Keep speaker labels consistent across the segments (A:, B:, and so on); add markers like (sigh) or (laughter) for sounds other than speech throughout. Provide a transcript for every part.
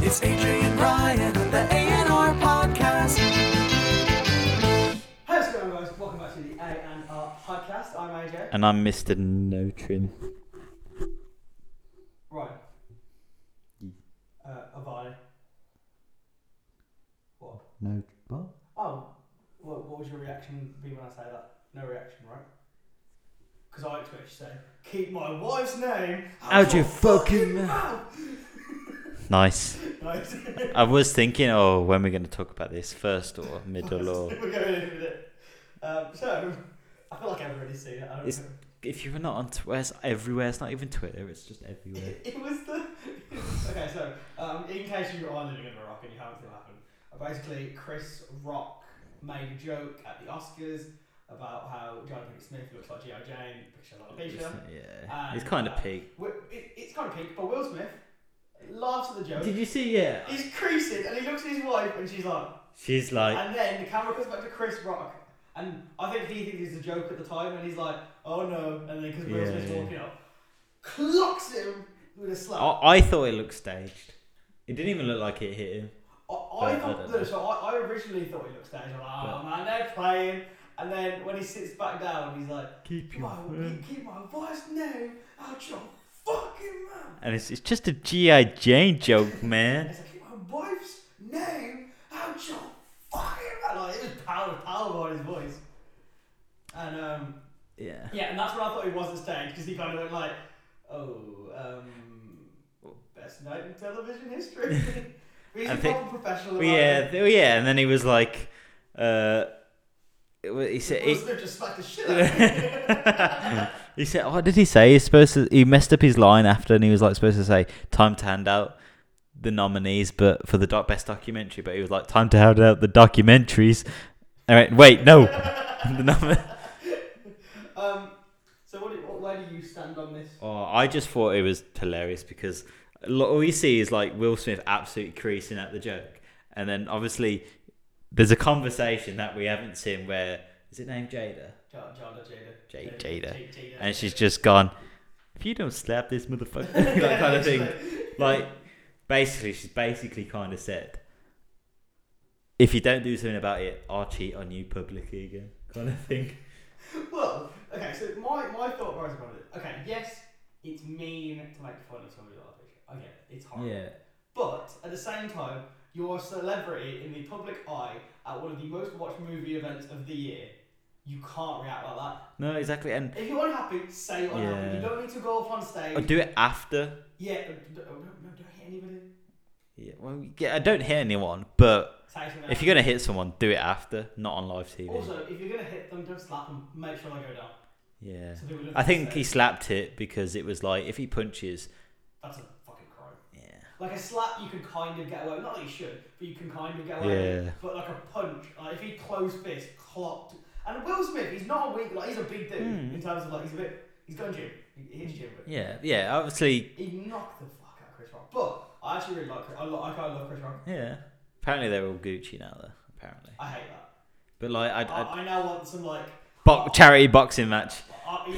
A: It's AJ and Ryan on the A&R podcast.
B: Hey, what's going on, guys? Welcome back to the A and R podcast. I'm AJ.
C: And I'm Mr. No Trim.
B: Ryan. Uh, Avadi. What?
C: No what?
B: Oh, what, what would your reaction be when I say that? No reaction, right? Because I expect you to say, keep my wife's name
C: How'd you
B: your
C: fucking
B: mouth. (laughs)
C: Nice.
B: Nice.
C: I was thinking, oh, when we're going to talk about this, first or middle or.
B: (laughs) We're going in with it. Um, so, I feel like I've already seen it. I don't
C: It's-
B: know.
C: If you were not on Twitter, it's everywhere. It's not even Twitter, it's just everywhere.
B: (laughs) It was the okay. So, um, in case you are living under a rock and you haven't seen what happened, uh, basically Chris Rock made a joke at the Oscars about how John Pinkett Smith looks like G.I. Jane, picture a lot of
C: Just-
B: pizza.
C: yeah. It's
B: And,
C: kind
B: uh,
C: of pig.
B: Wi- it- It's kind of pink, but Will Smith laughs at the joke.
C: Did you see? Yeah.
B: (laughs) He's creasing and he looks at his wife and she's like,
C: She's like,
B: and then the camera goes back to Chris Rock. And I think he thinks it's a joke at the time, and he's like, "Oh no!" And then because Will
C: Yeah,
B: Smith's
C: yeah.
B: walking up, clocks him with a slap.
C: I, I thought it looked staged. It didn't even look like it hit him.
B: I,
C: But
B: I
C: I
B: thought
C: don't
B: no,
C: know.
B: so I, I originally thought he looked staged. I'm like, oh man, they're playing. And then when he sits back down, he's like,
C: Keep
B: my, keep my wife's name out your fucking mouth.
C: And it's, it's just a G.I. Jane joke, man.
B: It's like, keep my wife's name out your fucking mouth. Like, it was power, power on his voice. And um,
C: Yeah.
B: yeah, and that's when I thought he wasn't staged because he kind of went like, oh, um, best night in television history. (laughs) But He's
C: I
B: a
C: think-
B: proper professional.
C: Well,
B: about it.
C: yeah, th- well, yeah, and then he was like, uh, it wa- he said,
B: Will
C: he,
B: Smith just smacked the shit
C: (laughs)
B: out of him.
C: he said, what did he say? He's supposed to, he messed up his line after, and he was like supposed to say, time to hand out the nominees, but for the doc- best documentary, but he was like, time to hand out the documentaries. All right, wait, no, (laughs) the nom-
B: Um, so what, do- what, where do you stand on this?
C: Oh, I just thought it was hilarious because lo- all you see is like Will Smith absolutely creasing at the joke, and then obviously there's a conversation that we haven't seen where is it named Jada,
B: Jada, Jada, Jada.
C: J- Jada.
B: J- Jada. (laughs)
C: and she's just gone. If you don't slap this motherfucker, (laughs) like kind of thing. Like basically, she's basically kind of said, if you don't do something about it, I'll cheat on you publicly again, (laughs) kind of thing.
B: Well, okay, so my, my thought was about it. Okay, yes, it's mean to make fun of somebody like this. I get it, it's horrible. But at the same time, you're a celebrity in the public eye at one of the most watched movie events of the year. You can't react like that.
C: No, exactly, and
B: If you're unhappy, say you're unhappy. You
C: Yeah.
B: don't need to go up on stage.
C: I'll do it after
B: yeah, don't, don't, don't hit anybody.
C: Yeah, well, yeah, I don't hit anyone, but
B: Say something
C: if you're gonna hit someone, do it after, not on live TV.
B: Also, if you're gonna hit them, don't slap them. Make sure they go down.
C: yeah,
B: So they will
C: I think he
B: understand.
C: slapped it because it was like if he punches,
B: That's a fucking crime.
C: yeah,
B: Like a slap, you can kind of get away. with- Not that you should, but you can kind of get away. with it.
C: Yeah.
B: But like a punch, like if he close fist clocked. And Will Smith, he's not a weak. Like he's a big dude
C: Mm.
B: in terms of like he's a bit. He's gone gym. He hits gym. But
C: yeah, yeah. Obviously,
B: He knocked the fuck out of Chris Rock. But I actually really like. Chris- I like. I kind of love Chris Rock.
C: yeah. Apparently they're all Gucci now, though. Apparently,
B: I hate that.
C: but like I,
B: I,
C: I
B: I now want some like. (laughs)
C: bo- charity boxing match. (laughs)
B: Uh, yeah,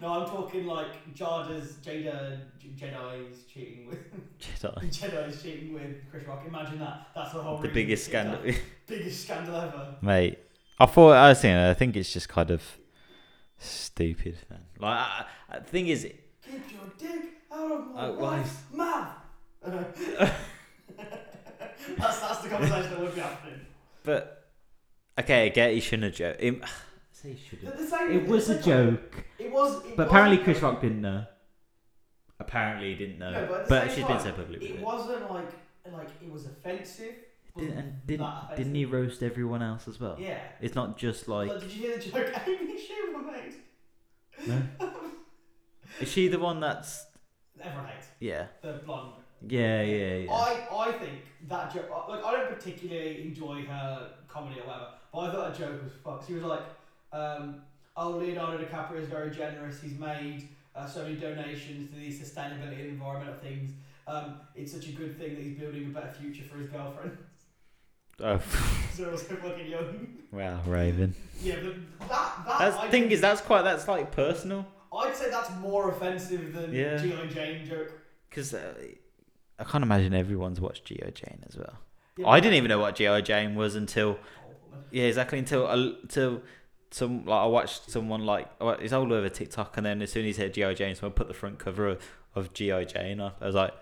B: no, I'm talking like Jada's Jada Jedi's cheating with
C: Jedi.
B: Jedi's cheating with Chris Rock. Imagine that. That's the whole
C: The
B: reason
C: biggest
B: it's done.
C: scandal,
B: Biggest scandal ever.
C: mate. I thought I was saying. I think it's just kind of stupid. Man. Like I, I, the thing is,
B: Keep your dick out of my
C: Uh,
B: wife's mouth. that's that's the conversation that would be happening.
C: but okay, I get he shouldn't have (sighs) joked. Say he should
B: The,
C: have.
B: the same,
C: It was a
B: the-
C: joke.
B: It was. It
C: But
B: was-
C: apparently Chris Rock didn't know. Apparently he didn't know.
B: No, but at the
C: but
B: same
C: she's
B: time,
C: been so public with
B: It
C: it.
B: wasn't like like it was offensive. but
C: Didn't, and didn't,
B: that offensive.
C: didn't he roast everyone else as well?
B: Yeah.
C: It's not
B: (laughs)
C: just like
B: Like, did you hear the joke Amy Schumer made?
C: no. Is she the one that's
B: Everyone hates
C: yeah.
B: the blonde.
C: Yeah, yeah, yeah.
B: I, I think that joke. Like I don't particularly enjoy her comedy or whatever, but I thought that joke was fucked. She was like, um, "Oh, Leonardo DiCaprio is very generous. He's made uh, so many donations to these sustainability and environmental things. Um, it's such a good thing that he's building a better future for his girlfriend. (laughs)
C: oh
B: so also fucking young.
C: wow, Raven.
B: yeah, but that that
C: That's the
B: I
C: thing
B: think-
C: is that's quite that's like personal
B: I'd say that's more offensive than
C: Yeah.
B: G.I. Jane joke.
C: because uh, I can't imagine everyone's watched Geo Jane as well.
B: Yeah,
C: I didn't e- even know what Geo Jane was until yeah, exactly until until some like I watched someone like oh, it's all over TikTok, and then as soon as he said Geo Jane, someone put the front cover of, of Geo Jane up. I was like,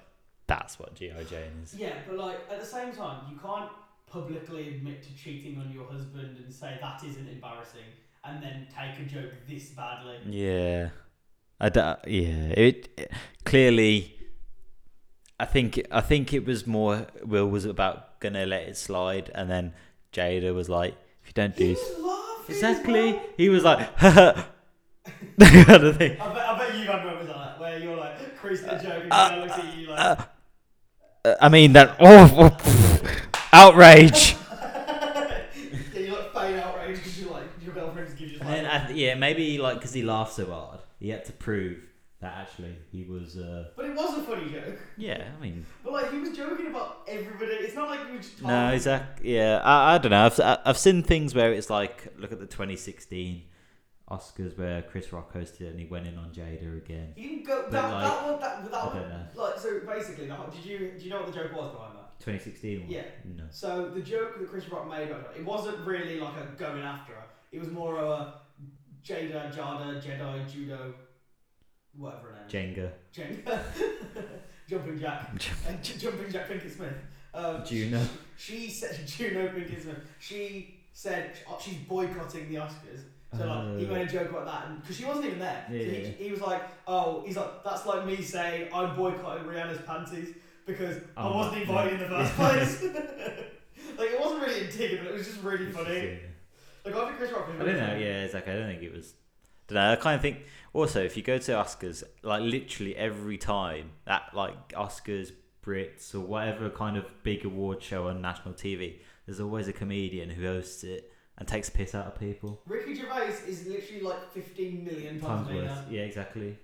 C: that's what Geo Jane is.
B: Yeah, but like at the same time, you can't publicly admit to cheating on your husband and say that isn't embarrassing, and then take a joke this badly.
C: Yeah, I d- yeah. It, clearly, I think I think it was more Will was about gonna let it slide, and then Jada was like, if you don't
B: He
C: do
B: was laughing. as
C: exactly,
B: well.
C: he was like, (laughs) kind of thing.
B: I bet, I bet you've had moments like that where you're like creasing a joke and
C: uh,
B: someone looks at you like.
C: Uh, I mean that oh, oh, (laughs) pff, outrage.
B: (laughs) yeah, you like fade outrage because you're like your girlfriend's gives you
D: And
B: like.
D: then, I th- yeah, maybe like because he laughed so hard, he had to prove that actually he was. Uh,
B: but it was a funny joke.
D: yeah, I mean,
B: But like he was joking about everybody. It's not like you were just.
D: Oh.
C: No, exactly. Yeah, I, I don't know. I've I- I've seen things where it's like, look at the 2016
D: Oscars where Chris Rock hosted it and he went in on Jada again.
B: You can go that,
D: But,
B: that
D: like,
B: one that that
D: I
B: one
D: don't know.
B: like so basically the whole- did you do you know what the joke was behind that?
D: 2016. one?
B: Yeah.
D: No.
B: So the joke that Chris Rock made about her, it wasn't really like a going after her. It was more of a Jada, Jada, Jedi, Judo, whatever her name. is.
D: Jenga.
B: Jenga. (laughs) Jumping Jack. And J- (laughs) Jumping Jack Pinkett Smith. Um,
D: Juno.
B: She said, (laughs) Juno Pinkett Smith. She said oh, she's boycotting the Oscars. So like, he
D: Oh.
B: made a joke about that because she wasn't even there. so
D: Yeah,
B: he,
D: yeah,
B: he was like, oh, he's like, that's like me saying I'm boycotting Rihanna's panties because I
D: Oh,
B: wasn't
D: yeah.
B: invited in the
D: (laughs)
B: first
D: Yeah.
B: place. (laughs) like it wasn't really indicative, but it was just really funny. Like I think Chris Rock. was
D: I
B: really
D: don't know.
B: funny.
D: Yeah, exactly. I don't think it was.
C: don't know. I kind of think also if you go to Oscars, like literally every time that like Oscars, Brits or whatever kind of big award show on national TV, there's always a comedian who hosts it and takes piss out of people.
B: Ricky Gervais is literally like 15 million times
D: Times worse.
B: meaner
D: Yeah, exactly.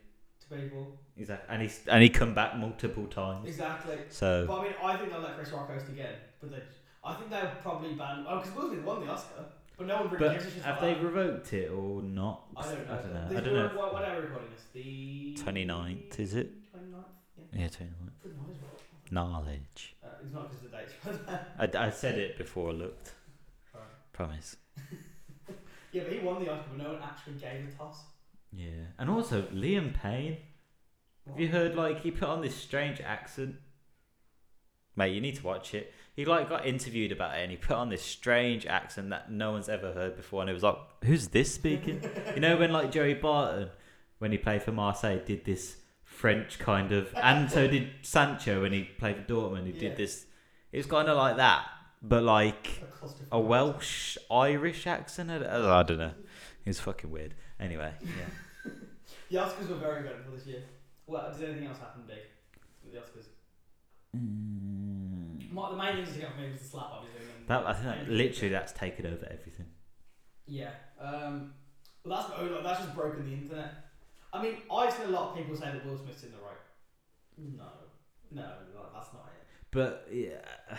B: to people.
C: Exactly, and he's and he come back multiple times.
B: Exactly.
C: So
B: But I mean, I think they'll let Chris Rock host again. But they, I think they'll probably ban. Oh, because Will Smith won the Oscar, but no one really
C: But
B: gives a shit
C: have
B: about
C: they
B: that.
C: revoked it or not?
B: I don't know.
C: I don't know.
B: They
C: I don't
B: do
C: know.
B: it- What, what are we recording this? The
C: 29th, is it?
B: 29th? Yeah.
C: if- Yeah, twenty nine.
B: Good noise.
C: Knowledge.
B: Uh, it's not because of the dates. (laughs)
C: I, I said it before I looked. Promise.
B: yeah, but he won the Oscar, but no one actually gave a toss.
C: Yeah, and also Liam Payne. Have you heard like he put on this strange accent? Mate, you need to watch it. He like got interviewed about it and he put on this strange accent that no one's ever heard before and it was like, Who's this speaking? you know when like Joey Barton when he played for Marseille did this French kind of and so did Sancho when he played for Dortmund, he
B: Yeah.
C: did this it was kinda like that. But like
B: A clusterfuck.
C: a Welsh Irish accent? I d- I don't know. It was fucking weird. Anyway, yeah.
B: The Oscars were very good for this year. Well, did anything else happen big? with The Oscars.
C: Mm.
B: Mo- The main thing that got me was the slap, obviously. and then-
C: That I think that,
B: and-
C: literally that's taken over everything.
B: Yeah. Um, well, that's not, like, that's just broken the internet. I mean, I've seen a lot of people say that Will Smith's in the right. No, no, like, that's not it.
C: But yeah,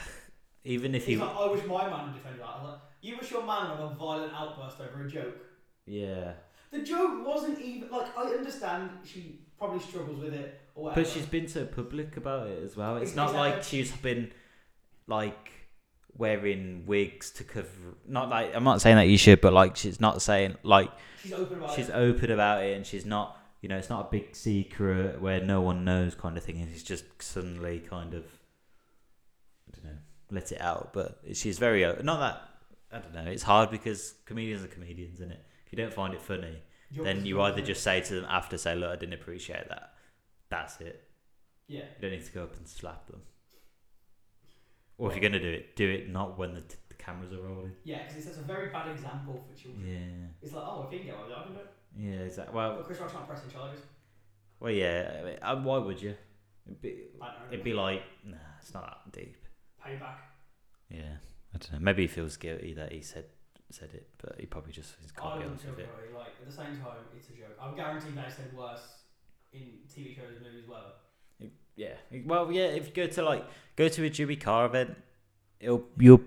C: even if
B: He's
C: he,
B: like, I wish my man would defend that. I was like, you wish your man would have a violent outburst over a joke.
C: yeah,
B: The joke wasn't even like I understand she probably struggles with it or whatever.
C: but she's been so public about it as well. It's
B: Ex-
C: not like
B: exactly.
C: she's been like wearing wigs to cover. Not like I'm not saying that you should, but like she's not saying like
B: she's open about
C: she's
B: it.
C: open about it and she's not. You know, it's not a big secret where no one knows kind of thing, and she's just suddenly kind of, I don't know, let it out. But she's very o- not that. I don't know. It's hard because comedians are comedians, is it? If you don't find it funny,
B: You're
C: then
B: just
C: you
B: Will
C: either
B: Smith.
C: just say to them after, say, look, I didn't appreciate that. That's it.
B: yeah.
C: You don't need to go up and slap them. Or if you're going to do it, do it not when the, t- the cameras are rolling.
B: Yeah, because it sets a very bad example for children.
C: Yeah.
B: It's like, oh, if he can get away with it, I can do it.
C: Yeah, exactly. Well,
B: But Chris Rock's not pressing charges.
C: well yeah. I mean, uh, why would you? It'd be,
B: I don't know.
C: it'd be like, nah, it's not that deep.
B: Payback.
C: Yeah. I don't know. Maybe he feels guilty that he said said it, but he probably just is
B: I
C: can't be
B: don't
C: honest
B: feel
C: with it.
B: guilty. Like at the same time, it's a joke. I guarantee they said worse in TV shows and movies. Well,
C: Yeah. Well, yeah. If you go to like go to a Jimmy Carr event, It'll, you'll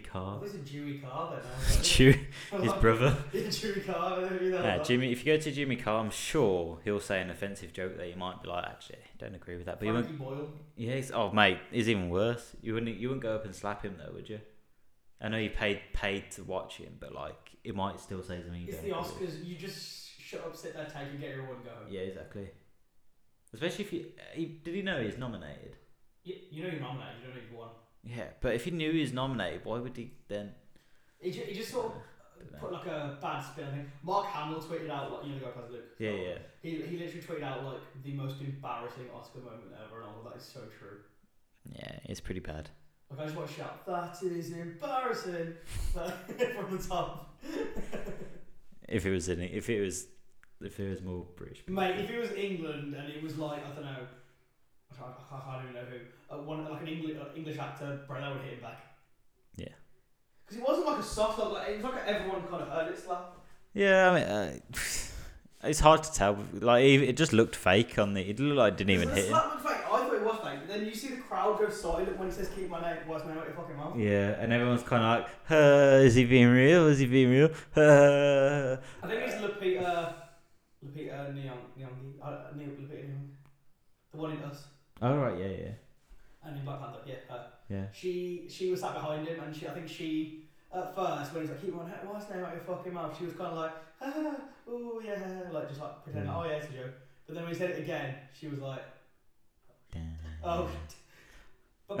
B: (laughs)
C: Carr.
B: There's a Dewey Carr
C: (laughs)
B: then. I was like,
C: Chew
B: (laughs)
C: his
B: like,
C: brother.
B: Is it Dewey Carr? I don't know
C: Nah,
B: that.
C: Jimmy. If you go to Jimmy Carr, I'm sure he'll say an offensive joke that you might be like, actually, I don't agree with that. But you won't.
B: Frankie Boyle.
C: Yeah. He's, oh, mate, it's even worse. You wouldn't. You wouldn't go up and slap him though, would you? I know you paid paid to watch him, but like, it might still say something. you
B: It's
C: don't
B: the
C: agree with.
B: Oscars. You just shut up, sit there, take and get your award and go home.
C: Yeah, exactly. Especially if you he, did he know he's nominated?
B: You, you know you're nominated. You don't know you've won.
C: Yeah, but if he knew he was nominated, why would he then?
B: It just, it just sort of
C: Dunno.
B: put like a bad spin. I think Mark Hamill tweeted out like you know the guy who plays Luke.
C: Yeah, yeah.
B: He, he literally tweeted out like the most embarrassing Oscar moment ever, and all of that is so true.
C: Yeah, it's pretty bad.
B: Like I just want to shout, "That is embarrassing!" Like, (laughs) from the top.
C: If it was in, if it was, if there was more British. people.
B: Mate, if it was England and it was like I don't know, I can't, I can't even know who. Uh, one like an English uh, English actor, bro, that would hit him back.
C: Yeah.
B: Because it wasn't like a soft slap. Like, it was like a- everyone kind of heard it slap.
C: Yeah, I mean, uh, (sighs) it's hard to tell. Like, it it just looked fake on the. It looked like it didn't even
B: the
C: hit him.
B: slap looked fake. I thought it was fake. But then you see the crowd go silent when he says "keep my name," what's my name out your fucking mouth?
C: Yeah, and everyone's kind of like, huh, is he being real? Is he being real? Huh.
B: I think it's Lupita, Lupita Nyong, Nyong'o, uh, Neil- Lupita Nyong'o, the one in Us
C: Oh right, yeah, yeah,
B: and in Black Panther. Yeah, her.
C: yeah.
B: she she was sat behind him and she I think she at first when he was like keep on hat what's name out your fucking mouth she was kind of like (laughs) ah, oh yeah like just like pretending
D: Mm.
C: Yeah.
B: oh yeah it's a joke but then when he said it again she was like
C: Damn.
B: oh (laughs) shit. but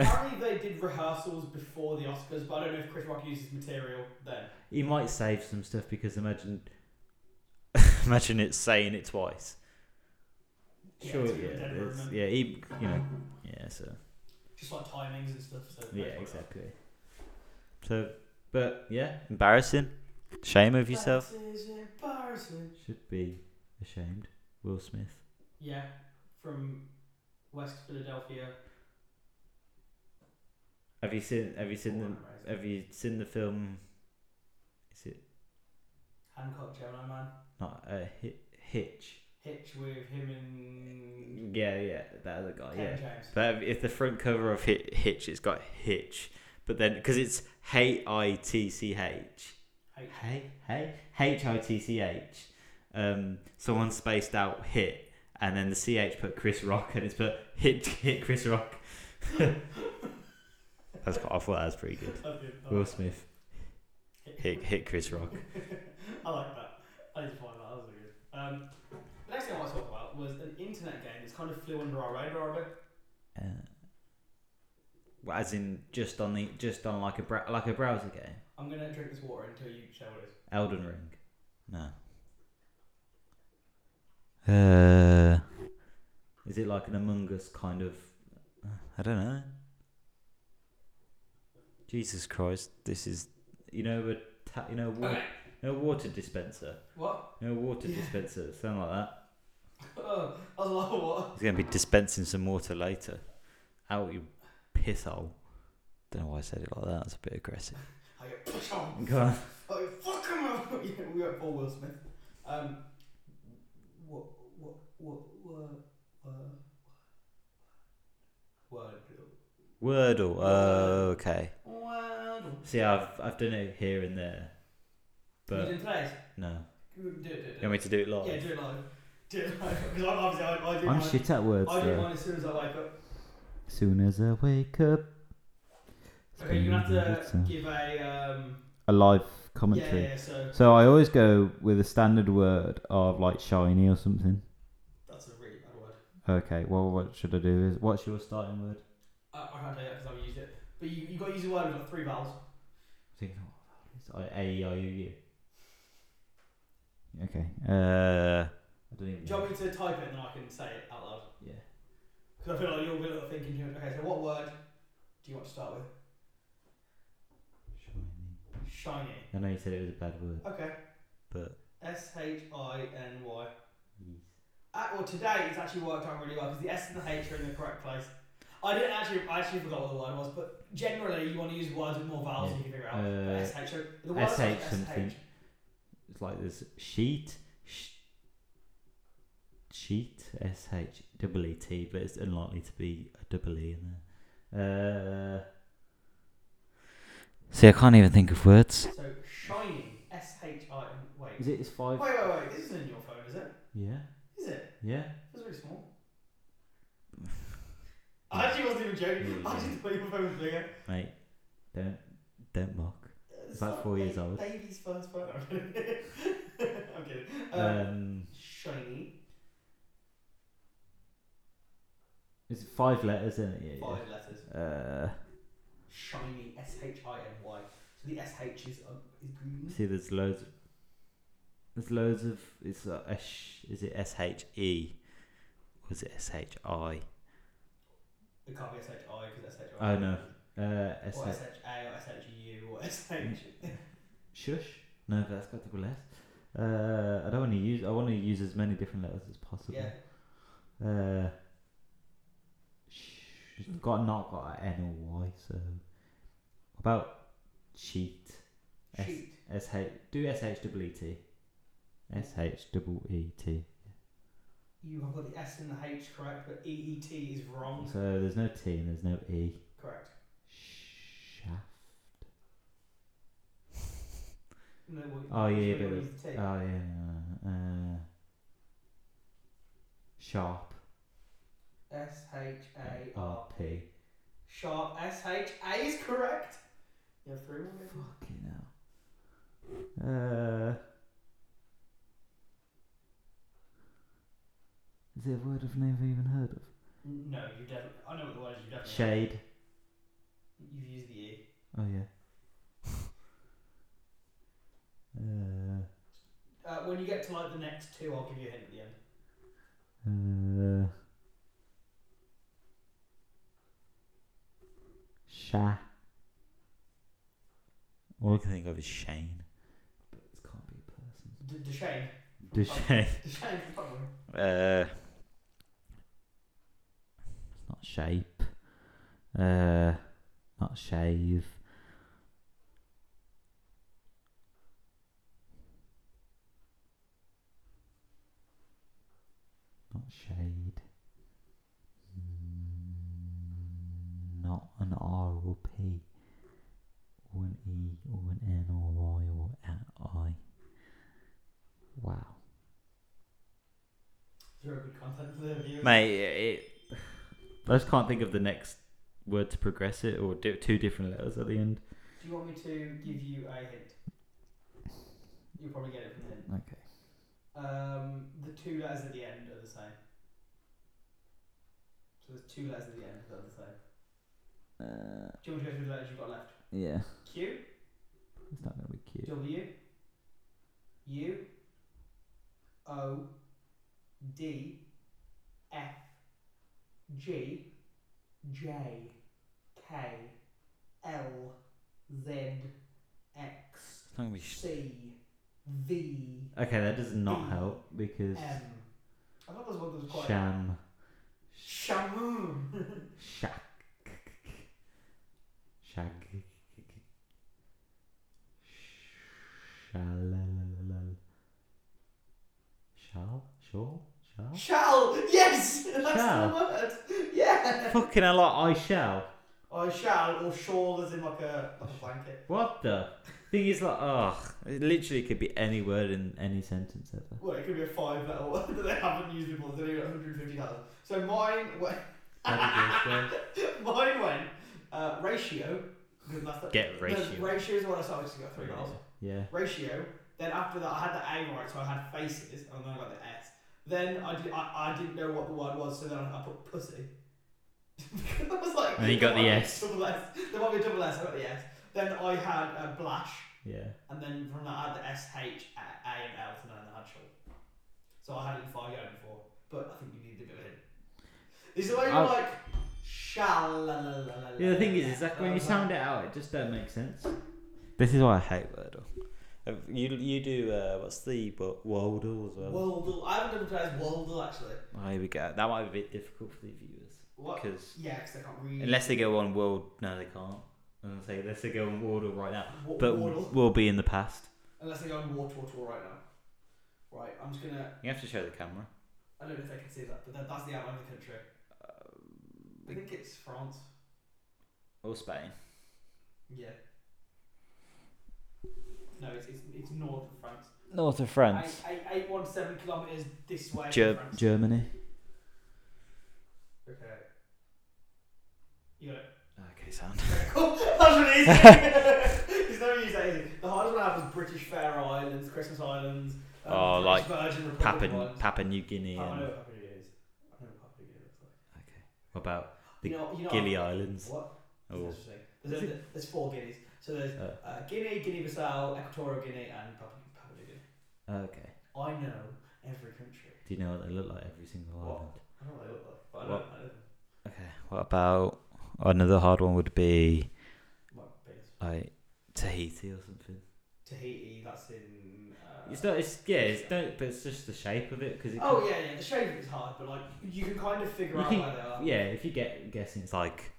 D: (laughs)
B: apparently they did rehearsals before the Oscars but I don't know if Chris Rock used his material then
D: He might save some stuff because imagine. (laughs)
C: Imagine it saying it twice.
B: Yeah,
D: sure, yeah,
B: it's a bit dead
D: there's-
B: rhythm.
C: Yeah, he, you know, yeah. So
B: just like timings and stuff so
D: yeah,
B: that's what-
D: exactly. So, but yeah,
C: embarrassing, shame of yourself.
B: That is embarrassing.
D: should be ashamed. Will Smith.
B: yeah from West Philadelphia
D: Have you seen? Have you seen
B: Born
D: the?
B: and raised.
D: Have you seen the film? Is it
B: Hancock Gemini Man
D: not a hit, Hitch?
B: Hitch with him and
D: Yeah, yeah, that other guy.
B: Kevin
D: Oh, Yeah,
B: James
C: But if the front cover of Hi- Hitch, it's got Hitch, but then because it's H I T C H,
B: Hey,
D: Hey, hey.
C: H I T C H. Um, someone spaced out hit, and then the C H put Chris Rock, and it's put hit hit Chris Rock. (laughs) That's quite, I thought that was pretty good.
B: Oh,
C: Will Smith
B: (laughs)
C: hit hit Chris Rock.
B: I like that. I need to find that. That was good. Um, the next thing I want to talk about was an internet game that's kind of flew under our radar a bit.
C: Uh, well, Uh, as in just on the just on like a bra- like a browser game.
B: I'm gonna drink this water until you say what it is.
C: Elden Ring. No. Uh,
D: Is it like an Among Us kind of?
C: I don't know. Jesus Christ! This is
D: You know, a ta- you know, wa-
B: Okay.
D: you know, water dispenser.
B: What? (laughs)
D: You know, water
B: Yeah.
D: dispenser. Something like that.
B: Oh, that was a lot of water.
C: he's going to be dispensing some water later. Out you pisshole! Don't know why I said it like that. That's a bit aggressive.
B: I get push on.
D: Go on.
B: I get fuck him up. (laughs) yeah, we went for Will Smith. Um, what? What? What? What? What? Word.
C: Wordle. Oh, okay.
B: Word.
D: See, I've I've done it here and there,
B: You
D: but
B: doing today's?
D: no.
B: Do it, do it, do it.
C: You want me to do it live?
B: Yeah, do it live. Do it live. Because I'm obviously, I, I do
D: I'm
B: mine.
D: shit at words.
B: I do
D: though.
B: mine as soon as I wake up.
D: Soon as I wake up.
B: Okay, you're gonna have to
D: Spin,
B: give a um.
D: A live
B: Yeah,
D: commentary.
B: yeah, yeah, so
D: So I always go with a standard word of like shiny or something.
B: that's a really bad word.
D: Okay, well, what should I do? Is what's your starting word?
B: Uh, I can't tell you that because I've used it. But you you got to use a word with like three vowels.
D: I think it's I- A I U U. Okay. Uh, I don't even.
B: Do you want me to type it and then I can say it out loud?
D: Yeah.
B: Because I feel like you'll be like thinking, you know, okay, so what word do you want to start with?
D: Shiny.
B: Shiny.
D: I know you said it was a bad word,
B: Okay.
D: but
B: S H I N Y. Uh, well, today it's actually worked out really well because the S and the H are in the correct place. I didn't actually, I actually forgot what the word was, but generally you want to use words with more
D: Yeah.
B: vowels so you can figure it out.
D: Uh,
B: But SH, are- the word
D: SH
B: like
D: something.
B: SH.
D: it's like this sheet, sh- sheet, S H double E T, but it's unlikely to be a double E in there. Uh,
E: See, I can't even think of words.
B: So shining, S H I N. Wait.
C: Is it? It's
B: Wait,
C: five.
B: wait, wait. This isn't in your phone, is it?
C: Yeah.
B: Is it?
C: Yeah.
B: It's really small.
C: Hmm.
B: I actually wasn't even joking. I just thought your phone was bigger.
C: Mate, don't don't mock.
B: It's
C: About
B: like
C: four years
B: ba-
C: old.
B: Baby's first phone. (laughs) I'm kidding. I'm kidding. Um,
C: Um,
B: shiny.
C: it's five letters, isn't it? Yeah.
B: Five letters.
C: yeah. Uh,
B: Shiny. S H I N Y. So the S H is, um, is green.
C: see, there's loads. Of, there's loads of it's uh, S, is it S H E, or is it S H I?
B: It can't be S H I because S H I.
C: Oh, no. Uh, S
B: Or
C: H Mm,
B: S H A or S H U or S H.
C: Shush. No, but that's got double S. Uh, I don't want to use. I want to use as many different letters as possible.
B: Yeah.
C: Uh, sh- got not got an N or Y. So about cheat. S-
B: Sheet.
C: S H do S H double E T. S H double E T.
B: You have got the S and the H correct, but E E T is wrong.
C: So there's no T and there's no E.
B: Correct.
C: Shaft.
B: No, well,
C: Oh, yeah,
B: which one
C: but
B: you want to
C: Oh
B: take?
C: yeah. no, no, no. Uh, sharp.
B: S H A R.
C: R P.
B: Sharp S H A is correct. You have three more. maybe?
C: Fucking hell. Uh, is it a word I've never even heard of?
B: No, you definitely. I know what the word is. You definitely.
C: Shade.
B: You've used the E.
C: Oh yeah. Uh,
B: Uh, when you get to like the next two, I'll give you a hint at the end.
C: uh, sha.
E: All I can think of is Shane.
C: But it can't be a person.
B: D- (laughs) Deshane.
C: Shade.
B: Deshane from Tottenham.
E: Uh,
C: It's not shape. Uh, not shave. Not shade. Mm, Not an R or P. Or an E or an N or Y or an I. Wow.
B: Zero good content for the viewers.
E: mate, it,
C: I just can't think of the next word to progress it or do two different letters at the end.
B: Do you want me to give you a hint? You'll probably get it from the hint.
C: Okay.
B: Um, the two letters at the end are the same. So there's two letters at the end that are the same.
C: Uh,
B: Do you want me to go through the letters you've got left?
C: yeah.
B: Q,
C: It's not gonna be cute.
B: W, U, O, D, F, G, J, K, L, Z, X,
E: it's not gonna be. Sh-
B: C, V,
C: Okay, that does not help because
B: M. I thought there was one that was Um, quite.
C: sham,
B: Shamu.
C: shack, shag, shalalal, shall, shall, shall.
B: Shall! Yes! That's
C: Shall.
B: the word! Yeah!
C: Fucking a lot. I shall.
B: Or shall, or shawl as in like a, like a blanket.
C: What the thing is like? Ugh.
E: it literally could be any word in.
C: In any sentence ever.
B: Well, it could be a five letter word that they haven't used before, they're doing 150,000. So mine went,
C: How did yours
B: (laughs)
C: go?
B: mine went uh, ratio. because that's the-
E: Get
B: no,
E: ratio.
B: ratio is what I saw, I just
D: (laughs)
B: got three rolls.
C: Yeah.
B: Ratio. Then after that, I had the A right, so I had faces, and then I got the S. Then I, did, I, I didn't know what the word was, so then I, I put pussy. I was like,
E: And you got the
B: "There might be a
E: S."
B: Double S. There might be a double S, I got the S. Then I had uh, Blash,
C: Yeah.
B: and then from that I had the S, H, A, A and L, and then I had Shawl. So I had it in five going before, but I think you needed a bit of hint. Is the way you're
C: I'll-
B: like, shall
C: Yeah, the thing is, is that when you sound it out, it just don't make sense.
E: This is why I hate Wordle. Uh, You you do uh, what's the wo- Wordle as well?
B: Waldle. I haven't done it as Waldle actually.
E: Oh, here we go. That might be a bit difficult for the viewers
B: What?
E: because
B: Yeah, because I can't read.
E: unless they go on world, no, they can't. I'm gonna say unless they go on Wordle right now,
B: Wa-
E: but
B: Wardle.
E: we'll be in the past.
B: Unless they go on War Tour Tour right now. Right, I'm just gonna.
E: You have to show the camera.
B: I don't know if they can see that, but that, that's the outline of the country. I think it's France.
E: Or Spain.
B: Yeah. No, it's, it's, it's north of France.
D: North of France.
B: Eight- eight- 817 kilometres this way.
C: Ger-
B: from France.
D: Germany.
B: okay. (laughs) You got it.
C: Okay, sound.
B: Cool. That's what it is. (laughs) He's never used that, is he? The hardest one I have is British Fair Islands, Christmas Islands. Um,
C: Oh,
B: British Virgin Republic
C: (laughs) Papua
B: Islands.
C: Papua New Guinea.
B: Oh, I know
C: And
B: what Papua New Guinea is. I know what Papua New Guinea looks like.
C: what about The
B: you know, you know,
C: Gili Islands?
B: What?
C: Oh,
B: That's interesting. There's, there's, there's four Guineas. So there's
C: uh,
B: uh, Guinea, Guinea-Bissau, Equatorial Guinea, and Papua New- Papua New Guinea.
C: uh, okay.
B: I know every country.
C: Do you know what they look like? Every single
B: What?
C: island.
B: I don't know what they look like, but I
C: What?
B: don't. I don't
C: Okay. What about another hard one would be
B: my biggest.
C: like Tahiti or something.
B: Tahiti. That's in. Uh,
C: It's not. It's yeah. It's don't. But it's just the shape of it because it.
B: oh yeah, yeah. The shape is hard, but like you can kind of figure
C: You
B: out
C: can-
B: where they are.
C: Yeah. If you get guessing, it's like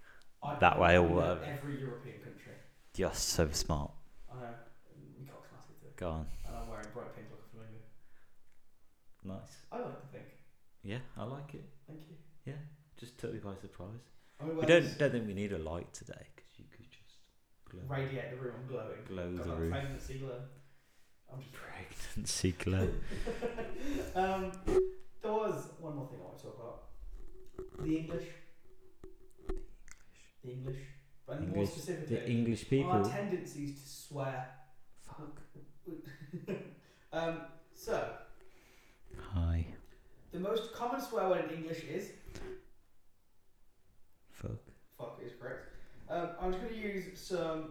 B: I,
C: that way
B: I
C: or
B: know
C: whatever.
B: Every European country.
C: you're so smart.
B: I know. We got classic to it,
C: Go on.
B: and I'm wearing bright pink like a flamingo.
C: Nice.
B: I like to think.
C: Yeah, I like it.
B: Thank you.
C: Just took me by surprise.
B: I mean,
C: We
B: well,
C: don't
B: it's
C: don't think we need a light today because you could just glow,
B: radiate the room. I'm glowing.
C: glow
B: Got
C: the
B: that
C: roof.
B: pregnancy glow. I'm just
C: Pregnancy glow.
B: (laughs) um, there was one more thing I want to talk about. The English. The English. But more
C: English-
B: specifically,
C: the English
B: our
C: people.
B: tendencies to swear.
C: Fuck.
B: (laughs) um, so,
C: Hi.
B: the most common swear word in English is
C: Fuck.
B: fuck is correct. Um, I'm just going to use some.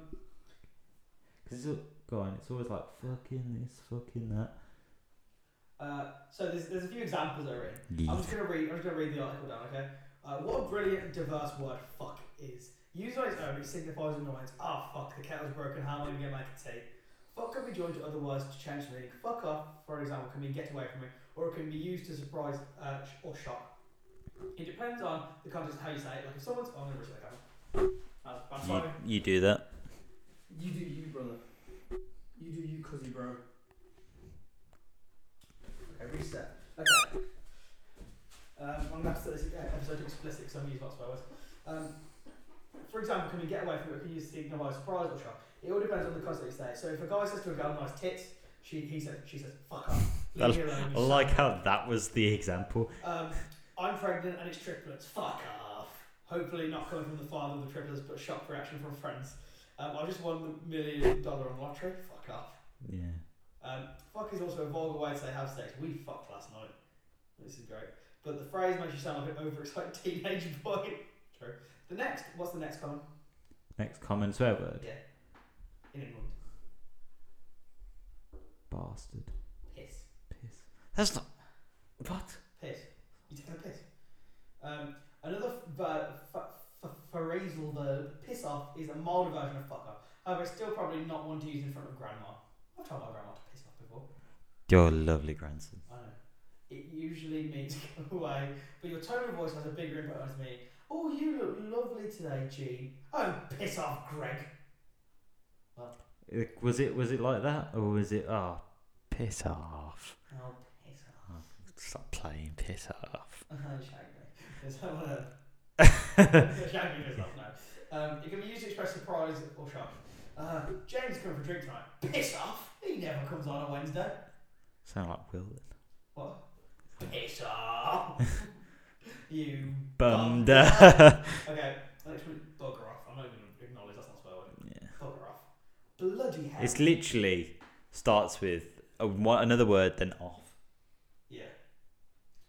C: Because go on, it's always like fucking this, fucking that.
B: Uh, so there's, there's a few examples already. I'm
C: Yeah.
B: just gonna read. I'm just gonna read the article down. Okay. Uh, what a brilliant and diverse word "fuck" is. Used on its own, it signifies annoyance. Ah, fuck! The kettle's broken. How am I gonna get back to tea? Fuck can be joined to other words to change the meaning. Fuck off, for example, can mean get away from me, or it can be used to surprise uh, sh- or shock. It depends on the context of how you say it. Like if someone's, oh, I'm gonna reach that camera. That's, that's
C: You,
B: fine.
C: you do that.
B: You do you, brother. You do you, cuzzy bro. Okay, reset. Okay. Um, I'm gonna have to set this episode to explicit because I'm using lots of swear words. Um, for example, can we get away from it? Can you signify surprise or shock? It all depends on the context there. So if a guy says to a girl, "Nice tits," she he says she says, "Fuck up."
C: That-
B: Leave me alone,
C: I
B: you
C: like
B: slut."
C: how that was the example.
B: Um, I'm pregnant and it's triplets. Fuck off. Hopefully not coming from the father of the triplets, but shock reaction from friends. Um, I just won the million dollar on lottery. Fuck off.
C: Yeah.
B: Um, fuck is also a vulgar way to say have sex. We fucked last night. This is great. But the phrase makes you sound like an overexcited (laughs) teenage boy. True. The next, what's the next one?
C: Next common swear word.
B: Yeah. In England.
D: Bastard.
B: Piss.
D: Piss.
C: That's not. What?
B: Piss. You taking a piss. Um, another f- ver- f- f- phrasal verb, piss off, is a milder version of fuck off. However, it's still probably not one to use in front of grandma. I've told my grandma to piss off before.
C: Your lovely grandson.
B: I know. It usually means (laughs) go away, but your tone of voice has a bigger impact on me. Oh, you look lovely today, Gene. Oh, piss off, Greg.
C: It- Was it was it like that or was it oh piss off?
B: Oh, piss (laughs) off.
C: Stop playing piss off. (laughs)
B: Shag me. Is that what a- Shag me piss off, no. Um, it can be used to express surprise or shock. Uh, James coming for a drink tonight. Piss off! He never comes on a Wednesday.
C: Sound like Will.
B: What? Piss
C: (laughs)
B: off! you
C: Bummed. (laughs)
B: bum.
C: yeah.
B: Okay, next one, bugger off. I'm not even going to acknowledge that's not a swear word. Bugger off. Bloody hell.
C: It's literally starts with a, one, another word then off.
B: Yeah.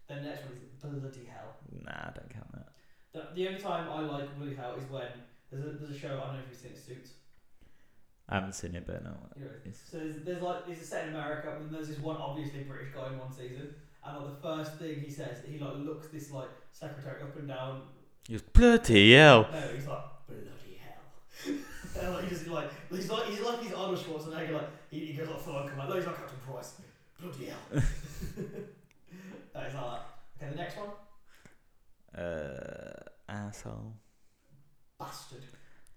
B: Then next one is bloody hell.
C: Nah, I don't count that.
B: The, the only time I like bloody hell is when there's a, there's a show I don't know if you've seen it, Suits.
C: I haven't seen it, but no.
B: You know,
C: Yes.
B: so there's, there's like there's a set in America and there's this one obviously British guy in one season and like the first thing he says he like looks this like secretary up and down.
C: He was bloody hell.
B: No, he's like bloody hell. (laughs) and like, he just like he's like he's like he's Arnold Schwarzenegger like he, he goes like full on command. No, he's like Captain Price. Bloody hell. (laughs) that is like that. Okay, the next one,
C: Uh, asshole.
B: bastard.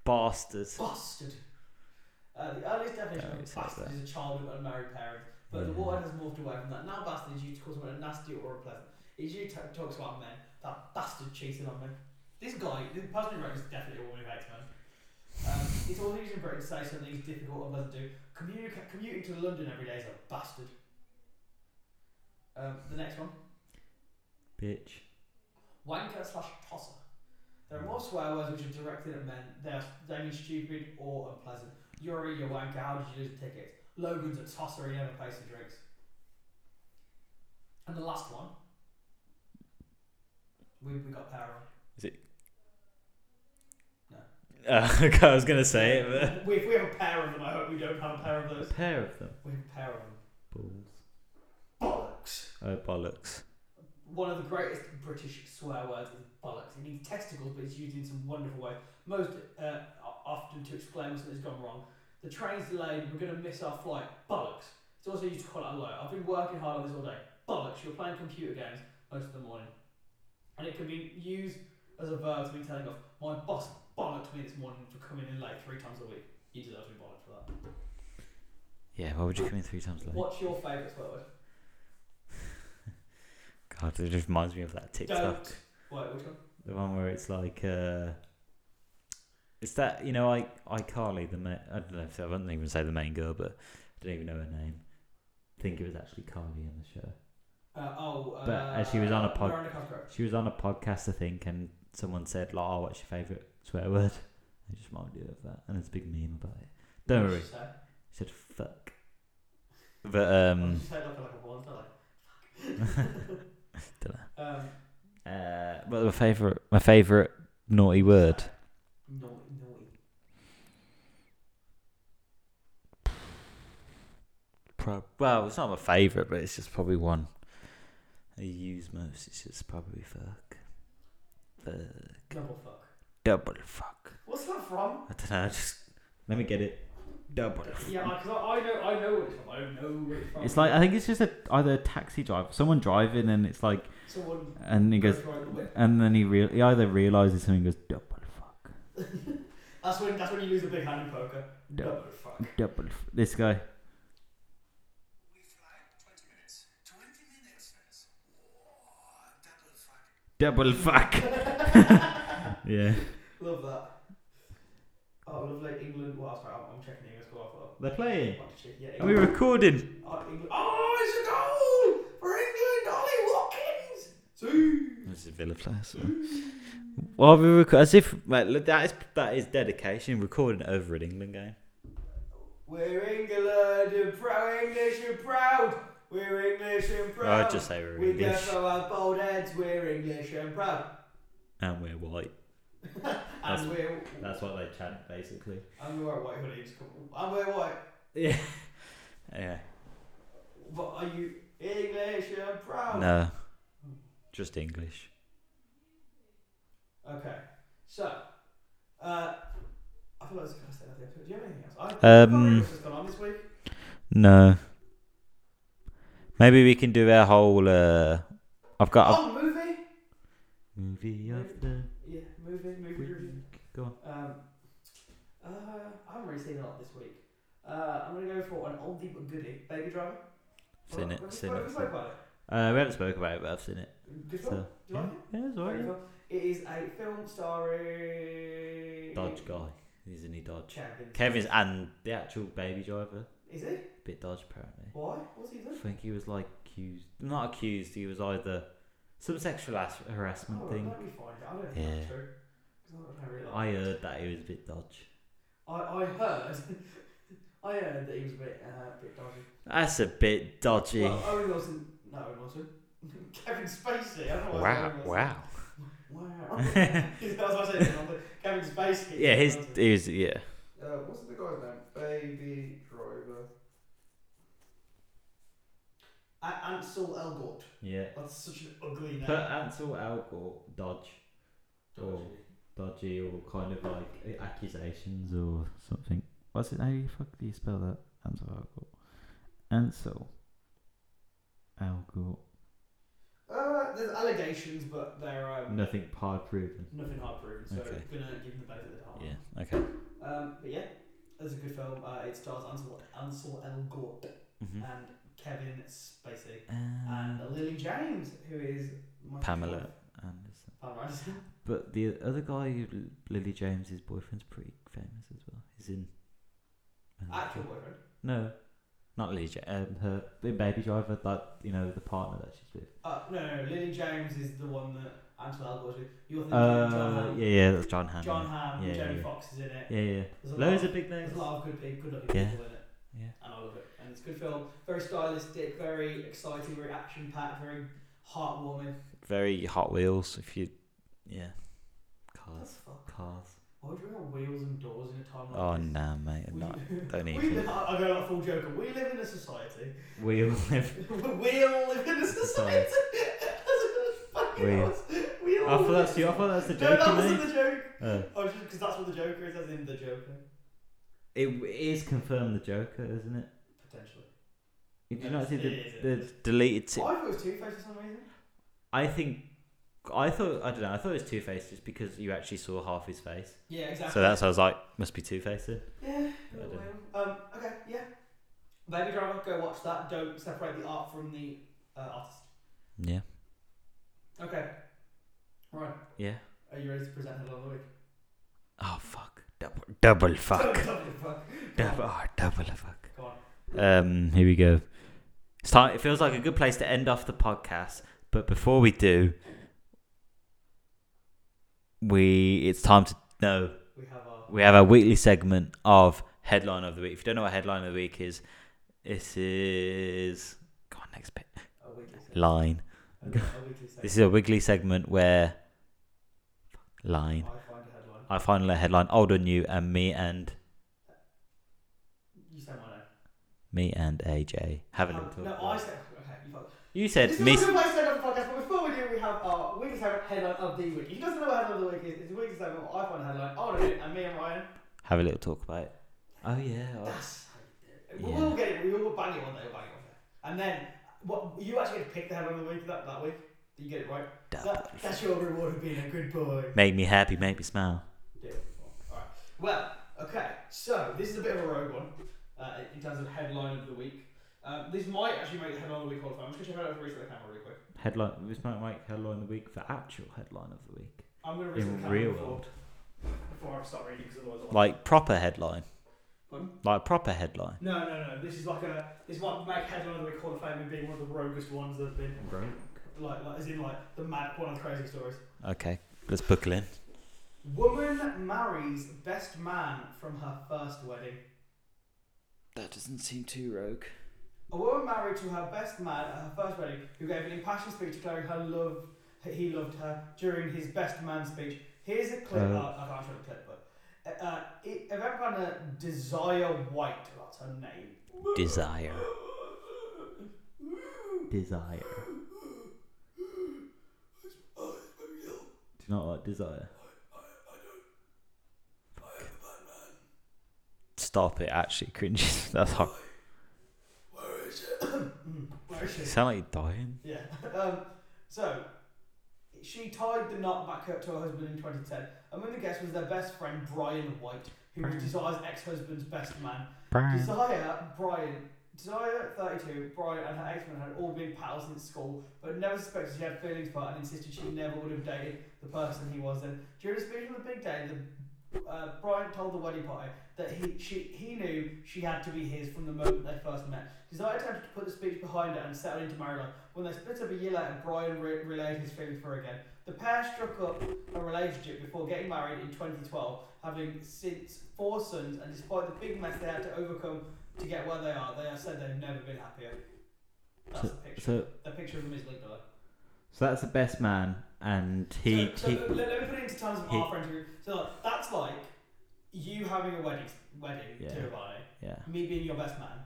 C: Bastard.
B: Bastard. Uh, the earliest definition
C: Yeah, it
B: of
C: says
B: bastard
C: that. Mm-hmm.
B: is a child of unmarried parents, but the
C: Yeah.
B: word has moved away from that. Now bastard is used to call someone a nasty or unpleasant. It's used to talk about men. That bastard cheated on me. This guy, the person who wrote this is definitely a woman who hates men. Um, it's all easy in Britain to say something's difficult and doesn't do. Communica- commuting to London every day is a bastard. Um, the next one.
D: Bitch.
B: Wanker slash tosser. There are more swear words which are directed at men. They, are, they mean stupid or unpleasant. Yuri, you're a wanker. How did you lose the tickets? Logan's a tosser. He never pays for drinks. And the last one. We, we got power on.
C: Uh, okay, (laughs) I was gonna say it, but
B: we, if we have a pair of them, I hope we don't have a pair of those.
C: pair of them.
B: We have a pair of them.
D: Balls.
B: Bollocks.
C: Oh bollocks!
B: One of the greatest British swear words is bollocks. It means testicles, but it's used in some wonderful ways. Most uh, o- often to explain when something's gone wrong. The train's delayed, we're going to miss our flight. Bollocks. It's also used to call out a liar. I've been working hard on this all day. Bollocks. You're playing computer games most of the morning. And it can be used as a verb to be telling off. My boss bollocked me this morning for coming in late three times a week. You deserve to be bollocked for that.
C: Yeah, why would you come in three times late?
B: What's your favourite swear word?
C: God, it just reminds me of that TikTok,
B: Don't. Wait, which one?
C: the one where it's like, uh, it's that you know, I iCarly, the ma- I don't know if I wouldn't even say the main girl, but I don't even know her name. I think it was actually Carly on the show.
B: Uh, oh, uh,
C: But as she was on a pod-
B: Miranda Cosgrove.
C: She was on a podcast, I think, and someone said, like, oh, what's your favourite swear word? I just might do it with that. And there's a big meme about it. Don't
B: What
C: worry.
B: did
C: She
B: she say?
C: said, fuck. But, um, (laughs)
B: She said like a like a one, like
C: dunno.
B: um,
C: uh, but my favourite, my favourite naughty word.
B: naughty, naughty.
C: Pro- well, it's not my favourite, but it's just probably one I use most. It's just probably fuck. Fuck.
B: Double fuck.
C: Double fuck.
B: What's that from?
C: I don't know, just, let me get it. Double
B: Yeah, because I, I know, I know what it's from. I don't know where it's from.
C: It's like I think it's just a, either a taxi driver, someone driving, and it's like,
B: someone
C: and he goes,
B: goes right the whip.
C: and then he real he either realizes something, and goes double fuck,
B: That's when that's when you lose a big hand in poker.
C: double,
B: Double fuck.
C: double. F-. This guy, double fuck. (laughs) yeah,
B: Love that. Oh, lovely England. Well, sorry, I'm, I'm checking the English score. I thought.
C: they're playing.
B: What did she- Yeah,
C: Are we
B: England.
C: recording?
B: Oh, England. oh, it's a goal for England. Ollie Watkins. Two.
C: This is Villa Place. Well, we record as if mate, look, that is that is dedication. Recording over an England game.
B: We're England and proud, English and proud. We're English and proud.
C: I'd Oh, just say we're
B: we
C: English
B: go for our bold heads. We're English and proud.
C: and we're white. That's-
B: And we're
C: That's what they chant basically.
B: and we're white hoodies. And we're white.
C: Yeah. Yeah.
B: But are you English and proud?
C: No. Just English.
B: Okay. So, uh, I thought I was going to say that. Do you have anything else? I I
C: Um,
B: can't remember what's gone on this week.
C: No. Maybe we can do our whole. Uh, I've got a
B: Oh, movie.
D: Movie of the
B: Yeah, movie, movie
D: week.
B: review.
D: Go on.
C: Mm-hmm.
B: Um, uh, I haven't really seen a lot this week. Uh, I'm gonna go for an oldie but goodie, Baby Driver.
C: seen it.
B: Have we
C: Seen
B: spoke-
C: it.
B: we spoke about
C: Uh, we haven't spoke about it, but I've seen it.
B: it? Good film.
C: So
B: Do you like
C: yeah,
B: it?
C: yeah, it's
B: Very
C: alright.
B: good film. It is a film starring
C: yeah. Dodge guy, isn't he? Dodge.
B: Chapman.
C: Kevin's and the actual baby driver,
B: Is it?
C: bit dodge apparently.
B: Why? Oh, What's he
C: I
B: done?
C: think he was like accused, not accused. He was either some sexual as- harassment
B: Oh,
C: thing.
B: let me find it. I don't think
C: Yeah.
B: that's true. 'Cause I don't really like.
C: I heard that he was a bit dodge.
B: I, I heard. (laughs) I heard that he was a bit, uh, a bit dodgy.
C: That's a bit dodgy.
B: Well, Owen Wilson. No, Owen Wilson. (laughs) Kevin Spacey. I don't know why I said
C: wow,
B: Owen Wilson.
C: wow.
B: Wow. (laughs) That's what I said. Kevin Spacey.
C: Yeah, his, he was, yeah.
B: Uh, what's the guy's name? Baby Driver. A- Ansel Elgort.
C: Yeah.
B: That's such an ugly name.
C: Put Ansel Elgort, dodge.
B: Dodgy.
C: dodgy or kind of like accusations or
D: Or something. What's it? How do you fuck do you spell that? Ansel Algor. Ansel. Algor.
B: Uh, there's allegations, but they're um,
D: Nothing hard proven.
B: nothing hard proven, so
C: Okay.
B: we're gonna give them the benefit of the doubt.
C: yeah okay
B: Um, but yeah, that's a good film. Uh, it stars Ansel Ansel Elgort
C: mm-hmm.
B: and Kevin Spacey and
D: Ah.
C: um,
B: Lily James, who is my
C: Pamela Anderson
D: (laughs)
B: Pamela Anderson.
C: but the other guy who- Lily James's boyfriend's pretty famous as well
D: is in.
B: Actual boyfriend.
D: No, not Lee. Ja- Um, her in Baby Driver, like you know, the partner that she's with.
B: Uh, no, no, Lily James is the one that Ansel Elgort's with. You're thinking of John
D: Uh,
B: Hamm.
D: yeah, yeah, that's John Hamm.
B: John Hamm,
D: Yeah,
B: Jamie
D: yeah.
B: Foxx is in it.
D: Yeah, yeah.
B: There's a
D: Loads
B: lot
D: of big names.
B: There's a lot of good, people- good looking
D: Yeah.
B: people in it,
D: Yeah.
B: and I love it. And it's a good film. Very stylistic, very exciting, very action packed, very heartwarming.
C: Very Hot Wheels. If you, yeah,
B: What the
C: cars,
B: fuck?
C: cars.
B: Why would you have wheels and doors in a time like
C: Oh
B: this?
C: nah, mate, I'm
B: We-
C: not.
B: (laughs)
C: Don't
B: we
C: even.
B: live- I go like full joker. We live in a society.
D: (laughs)
B: (laughs)
D: We all live.
B: we all live in a society. (laughs) Fucking
D: We-
B: us. We all
D: I thought
B: live
D: that's
B: in
D: you.
B: a
D: I thought that's the
B: society. No,
D: joke
B: that
D: you made.
B: wasn't the joke.
D: Uh,
B: Oh, just because that's what the Joker is, as in the Joker,
D: it is confirmed the Joker, isn't it?
B: potentially.
D: Did you
B: Yes,
D: not see
B: it
D: the,
B: is, it
D: the
B: is.
C: Deleted. se-
B: I thought it was Two Face for some reason.
D: I think I thought I don't know. I thought it was Two Face just because you actually saw half his face.
B: Yeah, exactly.
C: so that's I was like, must be Two Face.
B: Yeah.
D: I don't know.
B: Um. Okay. Yeah. Baby Driver. Go watch that. Don't separate the art from the uh, artist.
C: Yeah.
B: Okay. Right.
C: Yeah.
B: Are you ready to present headline of the week?
C: Oh fuck. Double, double fuck.
B: Double (laughs) fuck.
C: double, oh, double fuck.
B: Go on.
C: Um, here we go. It's time, it feels like a good place to end off the podcast, but before we do, we it's time to no.
B: We have our.
C: We have our weekly segment of headline of the week. If you don't know what headline of the week is, this is come on next bit
B: A weekly segment.
C: line.
B: A, a weekly segment.
C: This is a weekly segment where
B: I
C: line.
B: find a headline.
C: I find a headline older than you and me and
B: You say my name.
C: me and AJ haven't
B: Um,
C: looked
B: no,
C: up.
B: I say. Okay. You fuck.
C: You said
B: This
C: me.
B: is a good way to end off the podcast, but before we do, we have our weekly segment headline of the week. If you doesn't know what headline of the week is, it's a weekly segment. I find a headline. I'll do it, and me and Ryan.
C: Have a little talk about it. Oh yeah. oh.
B: That's how you do it. We'll all get it. We will bang it one day. We'll bang it one day. And then, what you actually get to pick the headline of the week that, that week. Did you get it right? That, that's your reward of being a good boy.
C: Make me happy, make me smile.
B: Yeah. Alright. Well, okay. So this is a bit of a rogue one uh, in terms of headline of the week. Um, this might actually make the headline of the week qualify. I'm just gonna check out over reset the camera really quick.
D: Headline. This might make headline of the week for actual headline of the week
B: I'm gonna reset the
D: in
B: camera
D: real
B: before,
D: world.
B: before I start reading because otherwise I'll
C: Like proper headline.
B: Pardon?
C: Like proper headline.
B: No, no, no. This is like a this might make headline of the week Hall of Fame and being one of the roguest ones that have been
D: Broke.
B: like, like as in like the mad one of the crazy stories.
C: Okay, let's buckle in.
B: Woman marries best man from her first wedding.
C: That doesn't seem too rogue.
B: A woman married to her best man at her first wedding, who gave an impassioned speech declaring her love he loved her during his best man speech. Here's a clip.
D: Uh,
B: uh, I can't show the clip, but uh, uh, it- event planner Desire White. That's her
C: (laughs)
B: name.
C: Desire.
D: Desire. Do you not like desire?
C: Stop it, actually
D: (laughs)
C: cringes. That's hard.
B: Where is she?
C: You sound like you're dying.
B: Yeah. (laughs) Um, so, she tied the knot back up to her husband in 2010. Among the guests was their best friend, Brian White, who was Desire's ex husband's best man.
C: Hmm.
B: Desire, Brian, Desire, 32, Brian, and her ex man had all been pals since school, but never suspected she had feelings for and insisted she never would have dated the person he was then. During a speech on the big day, the, uh, Brian told the wedding party that he, she, he knew she had to be his from the moment they first met. Desire attempted to put the speech behind her and settle into married life. When they split up a year later, Brian re- relayed his feelings for her again. The pair struck up a relationship before getting married in 2012, having since four sons, and despite the big mess they had to overcome to get where they are, they have said they've never been happier. That's the picture.
D: So,
B: the picture of them is linked below.
D: so that's the best man, and he.
B: So, so
D: he
B: let, let me put it into terms of
D: he-
B: our friend group. So like, that's like you having a wedding, wedding
D: Yeah.
B: to a party,
D: yeah.
B: me being your best man,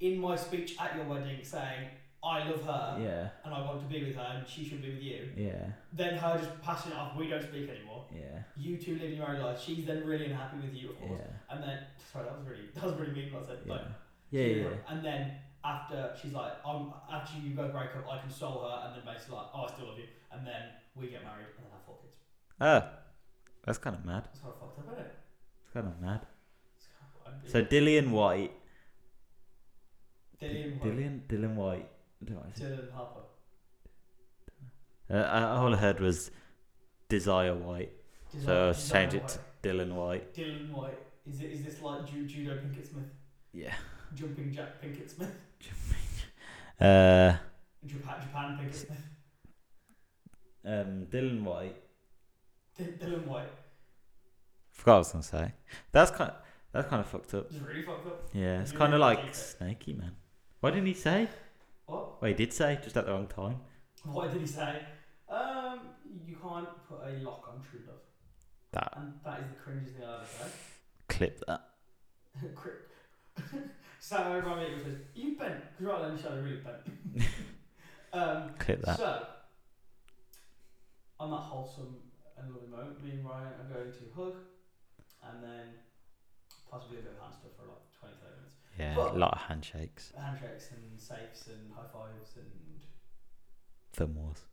B: in my speech at your wedding saying I love her
D: Yeah.
B: and I want to be with her and she should be with you.
D: Yeah.
B: Then her just passing it off. We don't speak anymore.
D: Yeah.
B: You two live your own life. She's then really unhappy with you, of
D: Yeah.
B: course. And then sorry, that was really that was really mean. What I said.
D: Yeah.
B: Like,
D: Yeah.
B: she-
D: Yeah.
B: And then after she's like, I'm after you go break up, I console her, and then basically like, oh, I still love you, and then we get married and then have four kids.
D: Ah,
C: Oh, that's kind of mad.
B: That's kind of fucked up, isn't it?
D: It's kind of mad.
B: It's kind of
C: So Dillian White,
B: Dillian, Dillian,
D: Dylan. Dylan White. I don't know what I said.
B: Dylan Harper.
C: uh, uh, all I heard was Desire White.
B: Dylan,
C: So
B: Dylan
C: change it
B: White.
C: to Dylan White.
B: Dylan White. Is it is this like Ju- Judo Pinkett Smith,
C: Yeah.
B: Jumping Jack Pinkett Smith,
C: (laughs) Uh,
B: Japan, Japan Pinkett Smith,
C: um, Dylan White.
B: Dylan- Dylan White?
C: Forgot what I was gonna say. That's kind. that's kind of fucked up.
B: It's really fucked up.
C: Yeah, it's
B: You
C: kind of
B: really
C: like
B: like it.
C: snaky, man. Why didn't he say?
B: What?
C: Well, he did say, just at the wrong time.
B: What did he say? Um, you can't put a lock on true love,
C: That
B: and that is the cringiest thing I've ever said.
C: clip that.
B: (laughs) Quick. (laughs) Sat over my meeting says, You bent. Because right then, you sounded really bent.
C: (laughs)
B: um,
C: Clip that.
B: so, on that wholesome and lovely moment, me and Ryan are going to hug and then possibly a bit of hand stuff for like 20, 30 minutes.
C: Yeah,
B: But-
C: a lot of handshakes,
B: Handshakes and safes and high fives and.
C: thumb wars.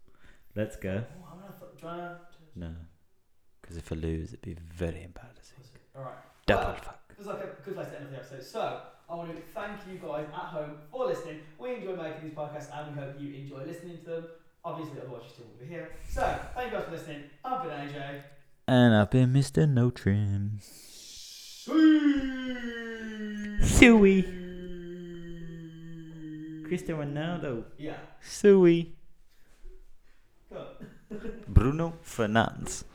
C: Let's go.
B: Oh, I'm gonna th- do you wanna-
C: No, because if I lose, it'd be very embarrassing.
B: Alright.
C: Double fuck.
B: It's like a good place to end the episode. So, I want to thank you guys at home for listening. We enjoy making these podcasts and we hope you enjoy listening to them. Obviously, otherwise, you still won't be here. So, thank you guys for listening. I've been AJ.
C: And I've been Mr. No Trim.
B: See-
C: Suey. Cristiano Ronaldo.
B: Yeah.
C: Suey.
B: Good.
C: Bruno Fernandes.